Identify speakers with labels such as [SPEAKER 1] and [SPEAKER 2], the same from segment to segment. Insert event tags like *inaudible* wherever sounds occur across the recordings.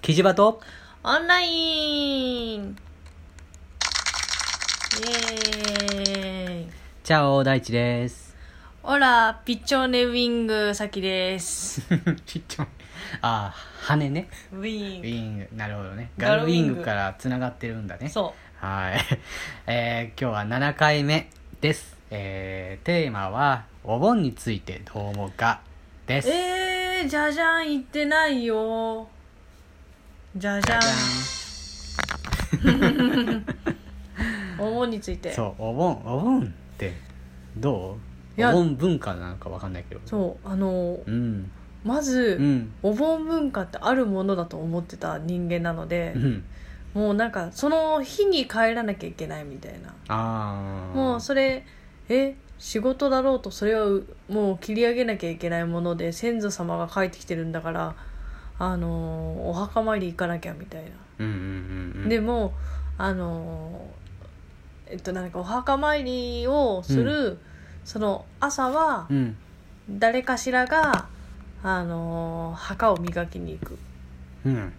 [SPEAKER 1] キジバト
[SPEAKER 2] オンラインイエーイ
[SPEAKER 1] チャオ大地です。
[SPEAKER 2] オラ、ピッチョーネウィング、さきです。
[SPEAKER 1] *laughs* ちっちゃい。ああ、羽ね。
[SPEAKER 2] *laughs* ウィ
[SPEAKER 1] ウ
[SPEAKER 2] ン
[SPEAKER 1] ィング、なるほどね。
[SPEAKER 2] ガ
[SPEAKER 1] ガ
[SPEAKER 2] ル
[SPEAKER 1] ル
[SPEAKER 2] ウ
[SPEAKER 1] ウ
[SPEAKER 2] ィ
[SPEAKER 1] ィ
[SPEAKER 2] ング
[SPEAKER 1] ングから繋がってるんだ
[SPEAKER 2] グ。
[SPEAKER 1] ね。
[SPEAKER 2] そ
[SPEAKER 1] はい。 *laughs* えー、今日は7回目です。えー、テーマは、お盆についてどう思うかで
[SPEAKER 2] う。
[SPEAKER 1] す。
[SPEAKER 2] えー、じゃじゃん行ってないよ。じゃじ
[SPEAKER 1] じ
[SPEAKER 2] ゃ
[SPEAKER 1] ゃ
[SPEAKER 2] ん
[SPEAKER 1] じ。
[SPEAKER 2] お盆について。
[SPEAKER 1] ゃんそう、お盆、お盆って、ど
[SPEAKER 2] いうや
[SPEAKER 1] お盆文化なのかわかんないけど。
[SPEAKER 2] そうあのー
[SPEAKER 1] うん。
[SPEAKER 2] まず、
[SPEAKER 1] うん。
[SPEAKER 2] お盆文化ってあるものだと思ってた人間なので
[SPEAKER 1] う、ん。
[SPEAKER 2] もうなんかその日に帰らなきゃいけないみたいな。
[SPEAKER 1] ああ。
[SPEAKER 2] もうそれえ仕事だろうとそれはうもう切り上げなきゃいけないもので先祖様が帰ってきてるんだからあのーお墓参り行かなきゃみたいな、
[SPEAKER 1] うんうんうんうん。
[SPEAKER 2] でもあのーえっとなんかお墓参りをする、その朝は
[SPEAKER 1] うん。
[SPEAKER 2] 誰かしらが、あのー墓を磨きに行く、
[SPEAKER 1] うん。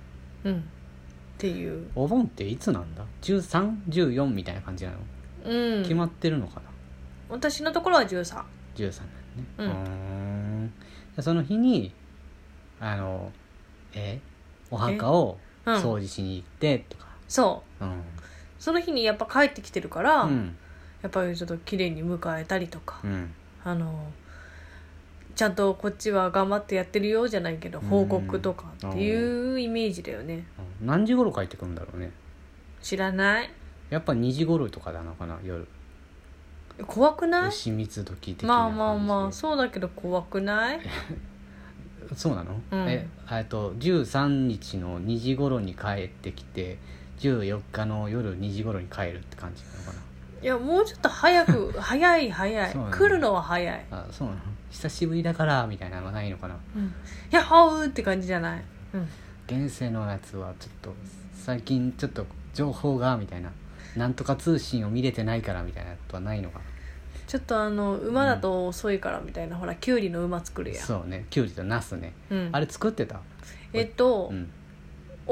[SPEAKER 2] うん、っていう、
[SPEAKER 1] お盆っていつなんだ ?13?14 みたいな感じなの、
[SPEAKER 2] うん、
[SPEAKER 1] 決まってるのかな
[SPEAKER 2] 私のところは13
[SPEAKER 1] ?13
[SPEAKER 2] う
[SPEAKER 1] なんんね。うん。でその日に、あの、えお墓を
[SPEAKER 2] うん
[SPEAKER 1] 掃除しに行ってとか。
[SPEAKER 2] そう
[SPEAKER 1] うん。
[SPEAKER 2] その日にやっぱ帰ってきてるから、
[SPEAKER 1] うん。
[SPEAKER 2] やっぱりちょっと綺麗に迎えたりとか、
[SPEAKER 1] うん。
[SPEAKER 2] あのちゃんとこっちは頑張ってやってるよじゃないけど
[SPEAKER 1] うん
[SPEAKER 2] 報告とかっていうイメージだよね
[SPEAKER 1] 何時頃帰ってくるんだろうね。
[SPEAKER 2] 知らない
[SPEAKER 1] やっぱ2時頃とかなのかな夜。
[SPEAKER 2] 怖くない
[SPEAKER 1] 牛蜜時的な
[SPEAKER 2] まあ
[SPEAKER 1] 感じで。
[SPEAKER 2] まあまあそうだけど怖くない
[SPEAKER 1] そうなの、
[SPEAKER 2] うん
[SPEAKER 1] ええっと13日の2時頃に帰ってきて14日の夜2時頃に帰るって感じなのか
[SPEAKER 2] いやもうちょっと
[SPEAKER 1] *laughs*
[SPEAKER 2] 早く早い早い
[SPEAKER 1] そうなの
[SPEAKER 2] 来るのは早い、
[SPEAKER 1] なあそうなの久しぶりだからみたいなのはないのかな
[SPEAKER 2] うん、やっほーって感じじゃない、うん、
[SPEAKER 1] 現世のやつはちょっと最近ちょっと情報がみたいななんとか通信を見れてないからみたいなことはないのか
[SPEAKER 2] ちょっとあの馬だと遅いからみたいな、ほらきゅうりの馬作る
[SPEAKER 1] な
[SPEAKER 2] やん
[SPEAKER 1] そうねきゅうりとナスね、
[SPEAKER 2] うん、
[SPEAKER 1] あれ作ってた
[SPEAKER 2] えっと、
[SPEAKER 1] うん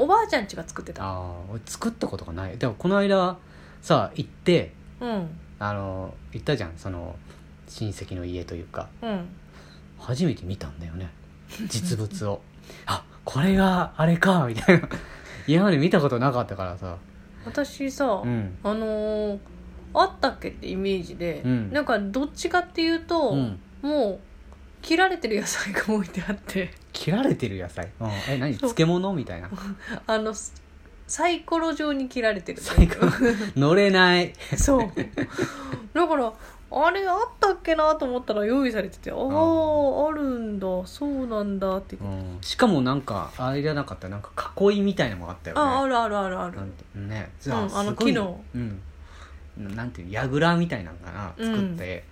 [SPEAKER 2] おばあちゃん家が作ってた
[SPEAKER 1] ああ俺作ったことがないでもこの間さ行って
[SPEAKER 2] うん
[SPEAKER 1] あの行ったじゃんその親戚の家というか
[SPEAKER 2] うん
[SPEAKER 1] 初めて見たんだよ
[SPEAKER 2] *laughs*
[SPEAKER 1] ね実物をあこれがあれかみたいな今まで見たことなかったからさ
[SPEAKER 2] 私さ、
[SPEAKER 1] うん
[SPEAKER 2] あのーあったっけってイメージで、
[SPEAKER 1] うん
[SPEAKER 2] なんかどっちかっていうと、
[SPEAKER 1] うん
[SPEAKER 2] もう切られてる野菜が置いてあって *laughs*
[SPEAKER 1] 切られてる野菜、うん、え何
[SPEAKER 2] そう
[SPEAKER 1] 漬物みたいな
[SPEAKER 2] あのすサイコロ状に切られてる
[SPEAKER 1] サイ
[SPEAKER 2] *laughs*
[SPEAKER 1] コ乗れない
[SPEAKER 2] そうだからあれあったっけなと思ったら用意されててあああるんだそうなんだって、
[SPEAKER 1] うんしかもなんかあれじゃなかったなんか囲いみたいなのもあったよね
[SPEAKER 2] ああるあるあるある
[SPEAKER 1] なんてね
[SPEAKER 2] ん
[SPEAKER 1] あ
[SPEAKER 2] あの
[SPEAKER 1] すごい
[SPEAKER 2] 木の
[SPEAKER 1] うんなんていうやぐらみたいなのかな
[SPEAKER 2] うん
[SPEAKER 1] 作って、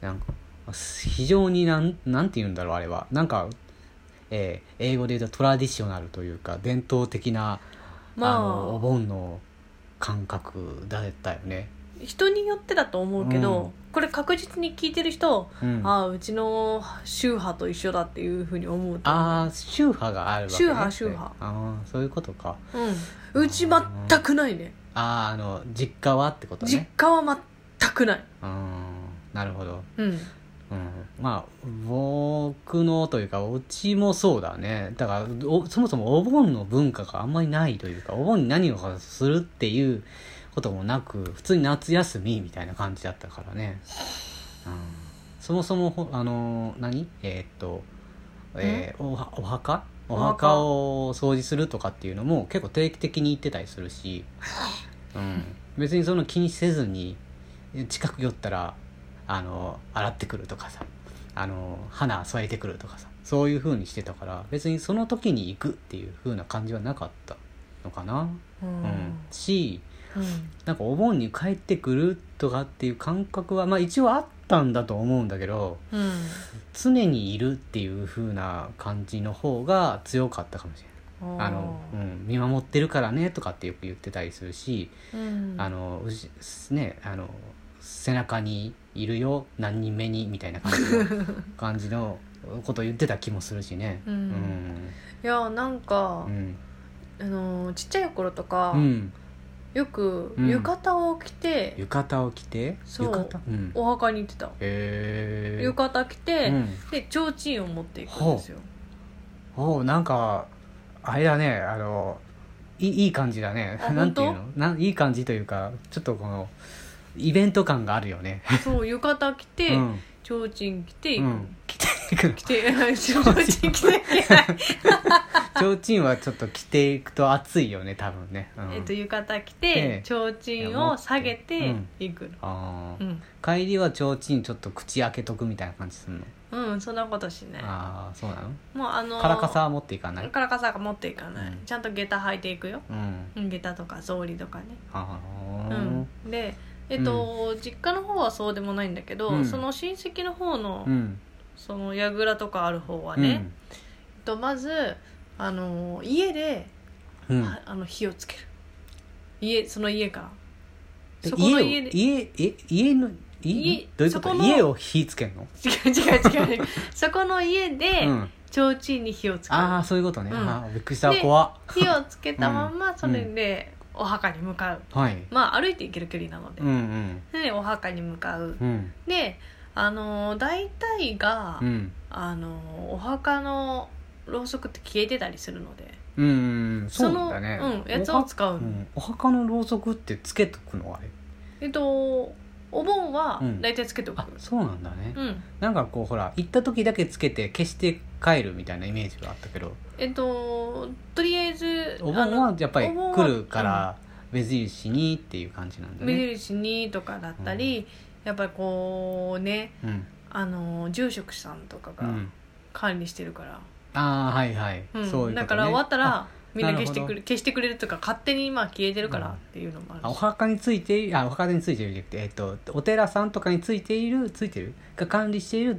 [SPEAKER 1] なんか非常になんなんて言うんだろうあれはなんか、えー英語で言うとトラディショナルというか伝統的な、あ、のお
[SPEAKER 2] まあ
[SPEAKER 1] 盆の感覚だったよね、
[SPEAKER 2] 人によってだと思うけど、
[SPEAKER 1] うん
[SPEAKER 2] これ確実に聞いてる人
[SPEAKER 1] うん、
[SPEAKER 2] ああうちの宗派と一緒だっていうふうに思うと
[SPEAKER 1] あー宗派があるわけ、ね、
[SPEAKER 2] 宗派宗派
[SPEAKER 1] ああそういうことか
[SPEAKER 2] うんうち全くないね
[SPEAKER 1] あああの実家はってこと
[SPEAKER 2] 実
[SPEAKER 1] ね
[SPEAKER 2] 家は全くない
[SPEAKER 1] うんなるほど
[SPEAKER 2] うん
[SPEAKER 1] うん、まあ僕のというかうちもそうだねだからおそもそもお盆の文化があんまりないというかお盆に何をするっていうこともなく普通に夏休みみたいな感じだったからね、うん、そもそもほあの何えーっと、えーおはお墓
[SPEAKER 2] お
[SPEAKER 1] お
[SPEAKER 2] 墓
[SPEAKER 1] 墓を掃除するとかっていうのも結構定期的に行ってたりするし、うん、別にその気にせずに近く寄ったらあの洗ってくるとかさあの花添えてくるとかさそういう風にしてたから別にその時に行くっていう風な感じはなかったのかな、
[SPEAKER 2] う
[SPEAKER 1] うんんし
[SPEAKER 2] うん
[SPEAKER 1] なんかお盆に帰ってくるとかっていう感覚はまあ一応あったんだと思うんだけど
[SPEAKER 2] うん
[SPEAKER 1] 常にいるっていう風な感じの方が強かったかもしれない。あのうん、見守ってるからねとかってよく言ってたりするし、
[SPEAKER 2] うん
[SPEAKER 1] あのうしねあの背中にいるよ何人目にみたいな感じ
[SPEAKER 2] *laughs*
[SPEAKER 1] の感じのこと言ってた気もするしね
[SPEAKER 2] うんいやなんか
[SPEAKER 1] うん
[SPEAKER 2] あのーちっちゃい頃とか、
[SPEAKER 1] うん、
[SPEAKER 2] よく
[SPEAKER 1] うん
[SPEAKER 2] 浴衣を着て、
[SPEAKER 1] 浴衣を着て
[SPEAKER 2] そう
[SPEAKER 1] 浴衣、うん、
[SPEAKER 2] お墓に行ってた
[SPEAKER 1] へえ
[SPEAKER 2] 浴衣着て、
[SPEAKER 1] うん、
[SPEAKER 2] で提灯を持っていくんですよ
[SPEAKER 1] おうなんかあれだねあのいいいい感じだね
[SPEAKER 2] あ
[SPEAKER 1] *laughs* なんていうの
[SPEAKER 2] 本
[SPEAKER 1] なんいい感じというかちょっとこのイベント感があるよね、
[SPEAKER 2] そう浴衣着て、
[SPEAKER 1] うん
[SPEAKER 2] 提灯着て、
[SPEAKER 1] うん、着ていくの
[SPEAKER 2] 着て *laughs* 提灯着ていけない
[SPEAKER 1] 提灯はちょっと着ていくと暑いよね多分ね、 *laughs* うん
[SPEAKER 2] えっと浴衣着
[SPEAKER 1] ええ
[SPEAKER 2] て提灯を下げていくの
[SPEAKER 1] あ
[SPEAKER 2] う
[SPEAKER 1] ー
[SPEAKER 2] ん、
[SPEAKER 1] 帰りは提灯ちょっと口開けとくみたいな感じするの、
[SPEAKER 2] うん、そんなことしない
[SPEAKER 1] ああそうなの
[SPEAKER 2] もうあのー
[SPEAKER 1] カラカサは持っていかない
[SPEAKER 2] カラカサが持っていかない、
[SPEAKER 1] うん
[SPEAKER 2] ちゃんと下駄履いていくよ
[SPEAKER 1] うん
[SPEAKER 2] うん下駄とか草履とかね
[SPEAKER 1] ああ
[SPEAKER 2] うん、でえっと、実家の方はそうでもないんだけど、
[SPEAKER 1] うん
[SPEAKER 2] その親戚の方の、
[SPEAKER 1] うん
[SPEAKER 2] その櫓とかある方は
[SPEAKER 1] うん
[SPEAKER 2] ね、えっとまずあの家で、
[SPEAKER 1] うん
[SPEAKER 2] ああの火をつける家その家から
[SPEAKER 1] で
[SPEAKER 2] そこの
[SPEAKER 1] 家
[SPEAKER 2] 家
[SPEAKER 1] を
[SPEAKER 2] で
[SPEAKER 1] 家え家の家
[SPEAKER 2] 家
[SPEAKER 1] どういうこと
[SPEAKER 2] そこの
[SPEAKER 1] 家を火つけんの、
[SPEAKER 2] 違う違う
[SPEAKER 1] *laughs*
[SPEAKER 2] 違うそこの家で
[SPEAKER 1] うん、
[SPEAKER 2] 提灯に火をつける、
[SPEAKER 1] ああそういうことね、
[SPEAKER 2] うん
[SPEAKER 1] ああびっくりした
[SPEAKER 2] で
[SPEAKER 1] 怖っ
[SPEAKER 2] 火をつけたまんまそれでお墓に向かう、
[SPEAKER 1] はい
[SPEAKER 2] まあ歩いて行ける距離なので
[SPEAKER 1] うん、うん
[SPEAKER 2] でお墓に向かう
[SPEAKER 1] うん
[SPEAKER 2] であのー大体が、
[SPEAKER 1] うん
[SPEAKER 2] あのーお墓のろうそくって消えてたりするので
[SPEAKER 1] うんうんそうだね
[SPEAKER 2] そのうんやつを使
[SPEAKER 1] お,、
[SPEAKER 2] う、
[SPEAKER 1] うん、お墓のろうそくってつけとくのあれ
[SPEAKER 2] えっとお盆は
[SPEAKER 1] うん
[SPEAKER 2] 大体つけておく
[SPEAKER 1] あそうなんだね、
[SPEAKER 2] うん
[SPEAKER 1] なんかこうほら行った時だけつけて消して帰るみたいなイメージがあったけど
[SPEAKER 2] えっととりあえず
[SPEAKER 1] お盆
[SPEAKER 2] あ
[SPEAKER 1] は
[SPEAKER 2] の
[SPEAKER 1] やっぱり
[SPEAKER 2] お盆は
[SPEAKER 1] 来るから目印にっていう感じなんだ
[SPEAKER 2] 目
[SPEAKER 1] ね、
[SPEAKER 2] 印にとかだったり、やっぱりこうね
[SPEAKER 1] うん
[SPEAKER 2] あのー住職さんとか
[SPEAKER 1] う
[SPEAKER 2] が
[SPEAKER 1] ん、
[SPEAKER 2] 管理してるから、
[SPEAKER 1] ああはいはい、そ
[SPEAKER 2] うん
[SPEAKER 1] ういうこと、ね、
[SPEAKER 2] だから終わったらみんな消して
[SPEAKER 1] なる
[SPEAKER 2] く
[SPEAKER 1] ほ
[SPEAKER 2] れ消してくれるとか勝手にまあ消えてるから
[SPEAKER 1] うん
[SPEAKER 2] っていうのもあるし、
[SPEAKER 1] あお墓についているあお墓についているじゃなくて、えっと、お寺さんとかについているついてるが管理している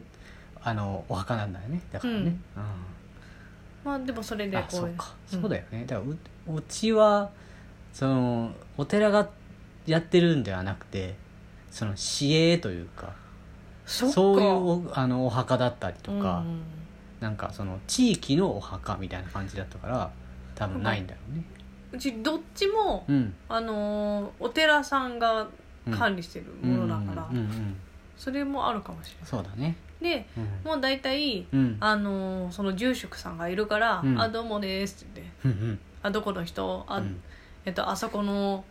[SPEAKER 1] あのお墓なんだよねだからね、うん
[SPEAKER 2] まあでもそれで
[SPEAKER 1] あ
[SPEAKER 2] こ
[SPEAKER 1] そううか、
[SPEAKER 2] うん
[SPEAKER 1] そうだよねだからううちはそのお寺がやってるんではなくてその市営というか
[SPEAKER 2] そっか
[SPEAKER 1] そういうおあのお墓だったりとか、
[SPEAKER 2] うんうん
[SPEAKER 1] なんかその地域のお墓みたいな感じだったから多分ないんだろうね
[SPEAKER 2] うちどっちも、
[SPEAKER 1] うん、
[SPEAKER 2] あのーお寺さんが
[SPEAKER 1] うん、
[SPEAKER 2] 管理してるものだから、
[SPEAKER 1] うんうんうん
[SPEAKER 2] それもあるかもしれ
[SPEAKER 1] そうだね
[SPEAKER 2] ないで
[SPEAKER 1] うん
[SPEAKER 2] もう大体
[SPEAKER 1] うん
[SPEAKER 2] あのーその住職さんがいるから「
[SPEAKER 1] うん
[SPEAKER 2] あどうもです」って言って
[SPEAKER 1] うんうん
[SPEAKER 2] 「あどこの人あ,、
[SPEAKER 1] うん
[SPEAKER 2] えっと、あそこの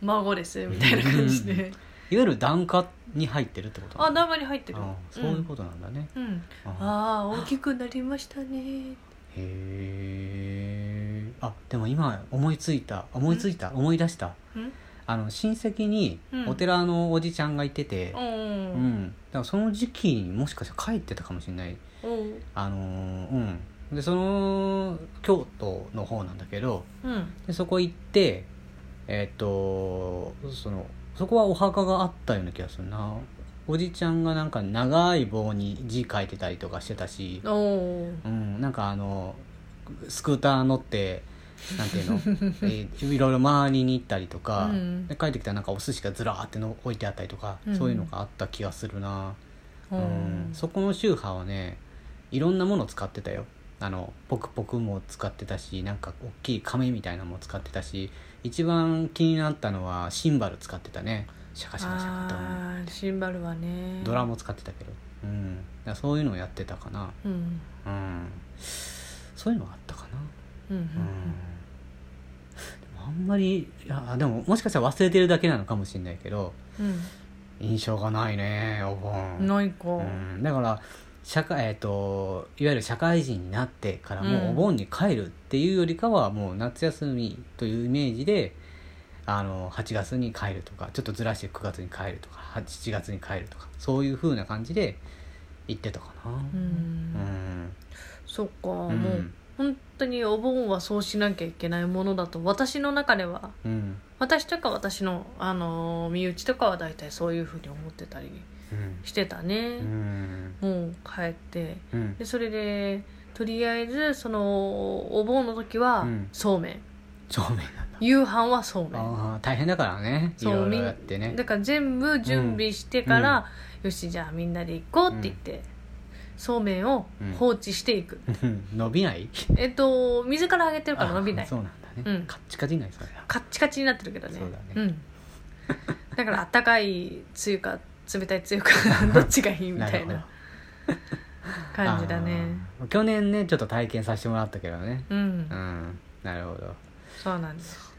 [SPEAKER 2] 孫です」みたいな感じで
[SPEAKER 1] いわゆる檀家に入ってるってこと
[SPEAKER 2] *laughs* あ中に入ってる
[SPEAKER 1] あそういうことなんだね、
[SPEAKER 2] とうん
[SPEAKER 1] あ
[SPEAKER 2] ああ大きくなりましたね
[SPEAKER 1] へえあでも今思いついた思いついた思い出した
[SPEAKER 2] うん
[SPEAKER 1] あの親戚に
[SPEAKER 2] うん
[SPEAKER 1] お寺のおじちゃんがいてて
[SPEAKER 2] う、
[SPEAKER 1] うん
[SPEAKER 2] ん
[SPEAKER 1] だからその時期にもしかしたら帰ってたかもしれない
[SPEAKER 2] うん
[SPEAKER 1] あのーうんでその京都の方なんだけど
[SPEAKER 2] うん
[SPEAKER 1] でそこ行ってえーっとそのそこはお墓があったような気がするなおじちゃんがなんか長い棒に字書いてたりとかしてたし、
[SPEAKER 2] おお
[SPEAKER 1] うん、なんかあのスクーター乗ってなんていう
[SPEAKER 2] *laughs*
[SPEAKER 1] の、えーいろいろ周りに行ったりとか、
[SPEAKER 2] うん
[SPEAKER 1] で帰ってきたらなんかお寿司がずらーっての置いてあったりとか、
[SPEAKER 2] うん
[SPEAKER 1] そういうのがあった気がするな、
[SPEAKER 2] う
[SPEAKER 1] うん
[SPEAKER 2] ん
[SPEAKER 1] そこの宗派はねいろんなもの使ってたよあのポクポクも使ってたしなんか大きい亀みたいなのも使ってたし一番気になったのはシンバル使ってたねシャカシャカシャカと、
[SPEAKER 2] あーシンバルはね
[SPEAKER 1] ドラも使ってたけど、うん、だからそういうのをやってたかな、
[SPEAKER 2] うん
[SPEAKER 1] うん、そういうのがあったかな、
[SPEAKER 2] うんうん
[SPEAKER 1] うんでもあんまりいやでももしかしたら忘れてるだけなのかもしれないけど
[SPEAKER 2] うん
[SPEAKER 1] 印象がないねお盆
[SPEAKER 2] うんないか
[SPEAKER 1] うん、だから社会、えー、といわゆる社会人になってからも
[SPEAKER 2] うん
[SPEAKER 1] うお盆に帰るっていうよりかはもう夏休みというイメージであの8月に帰るとかちょっとずらして9月に帰るとか8 7月に帰るとかそういう風な感じで行ってたかな
[SPEAKER 2] うん、
[SPEAKER 1] うん
[SPEAKER 2] そっ
[SPEAKER 1] う
[SPEAKER 2] か、
[SPEAKER 1] ん
[SPEAKER 2] もう本当にお盆はそうしなきゃいけないものだと私の中では
[SPEAKER 1] うん
[SPEAKER 2] 私とか私の、あのー身内とかは大体そういうふうに思ってたり
[SPEAKER 1] うん
[SPEAKER 2] してた
[SPEAKER 1] う
[SPEAKER 2] ね、
[SPEAKER 1] ん
[SPEAKER 2] もう帰って
[SPEAKER 1] うん
[SPEAKER 2] でそれでとりあえずそのお盆の時は
[SPEAKER 1] うん
[SPEAKER 2] そうめん、
[SPEAKER 1] *laughs* そうめんなんだ
[SPEAKER 2] 夕飯はそうめん
[SPEAKER 1] あー大変だからねい
[SPEAKER 2] そう
[SPEAKER 1] ろいろやってね *laughs*
[SPEAKER 2] だから全部準備してから、よしじゃあみんなで行こうって言って、そうめんを放置していく、
[SPEAKER 1] 伸びない
[SPEAKER 2] えっと水からあげてるから伸びな
[SPEAKER 1] あ
[SPEAKER 2] い
[SPEAKER 1] そうなんだね、
[SPEAKER 2] うん
[SPEAKER 1] カッチカチになりそうだな
[SPEAKER 2] カッチカチになってるけどね
[SPEAKER 1] そうだね
[SPEAKER 2] ん、だからあったかいつゆか冷た
[SPEAKER 1] *laughs*
[SPEAKER 2] いつゆかどっちがいいみたいな感じだね
[SPEAKER 1] あー去年ねちょっと体験させてもらったけどね
[SPEAKER 2] うん
[SPEAKER 1] うんなるほど
[SPEAKER 2] そうなんです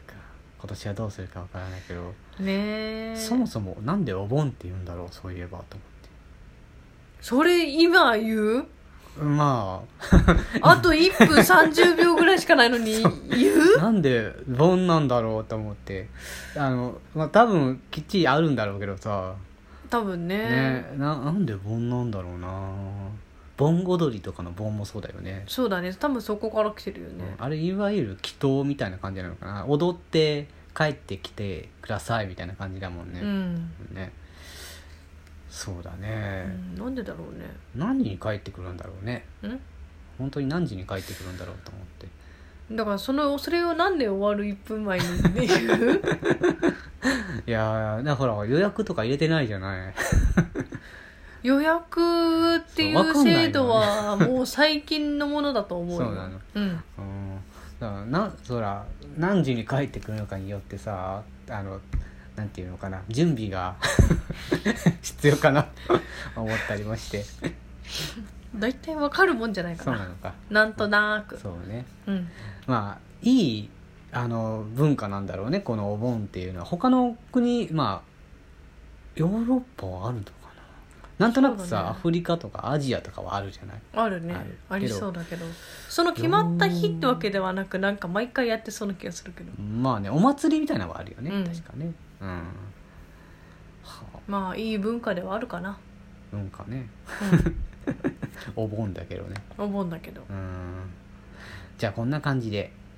[SPEAKER 1] 今年はどうするかわからないけど、
[SPEAKER 2] ねえ
[SPEAKER 1] そもそもなんでお盆って言うんだろうそういえばと
[SPEAKER 2] それ今言う
[SPEAKER 1] 思ってま
[SPEAKER 2] あと1分30秒ぐらいしかないの
[SPEAKER 1] *laughs*
[SPEAKER 2] に言う
[SPEAKER 1] あなんで盆なんだろうと思ってあのまあ多分きっちりあるんだろうけどさ
[SPEAKER 2] 多分ね
[SPEAKER 1] ねななんで盆なんだろうな盆踊りとかの盆もそうだよね
[SPEAKER 2] そうだね多分そこから来てるよね、
[SPEAKER 1] あれいわゆる祈祷みたいな感じなのかな踊って帰ってきてくださいみたいな感じだもんね、
[SPEAKER 2] うん、
[SPEAKER 1] ねそうだ
[SPEAKER 2] う
[SPEAKER 1] ね、
[SPEAKER 2] んなんでだろうね
[SPEAKER 1] 何時に帰ってくるんだろうね
[SPEAKER 2] うん
[SPEAKER 1] 本当に何時に帰ってくるんだろうと思って
[SPEAKER 2] だからそのそれをなんで終わる1分前にって
[SPEAKER 1] *laughs*
[SPEAKER 2] いう
[SPEAKER 1] いやーだからほら予約とか入れてないじゃない
[SPEAKER 2] 予約ってい
[SPEAKER 1] そうわ
[SPEAKER 2] う
[SPEAKER 1] かんないよね
[SPEAKER 2] 制度はもう最近のものだと思うよ
[SPEAKER 1] そうなの
[SPEAKER 2] うん
[SPEAKER 1] うんだからなそら何時に帰ってくるのかによってさあのなんていうのかな準備が *laughs* 必要かな思ったりもして
[SPEAKER 2] 大体わかるもんじゃないか
[SPEAKER 1] そう
[SPEAKER 2] な
[SPEAKER 1] なのか
[SPEAKER 2] なんとなく
[SPEAKER 1] そうね
[SPEAKER 2] うん
[SPEAKER 1] まあいいあの文化なんだろうねこのお盆っていうのは他の国まあヨーロッパはあるのかななんとなく
[SPEAKER 2] そう
[SPEAKER 1] さ、
[SPEAKER 2] だね
[SPEAKER 1] アフリカとかアジアとかはあるじゃない
[SPEAKER 2] あるね
[SPEAKER 1] ある
[SPEAKER 2] ありそうだけどその決まった日ってわけではなくなんか毎回やってそうな気がするけど
[SPEAKER 1] まあねお祭りみたいなのはあるよね、
[SPEAKER 2] うん
[SPEAKER 1] 確かねうんはあ
[SPEAKER 2] まあいい文化ではある
[SPEAKER 1] *laughs*
[SPEAKER 2] かな、
[SPEAKER 1] 文化ねお盆だけどね
[SPEAKER 2] うん、思うんだけど
[SPEAKER 1] うんじゃあこんな感じで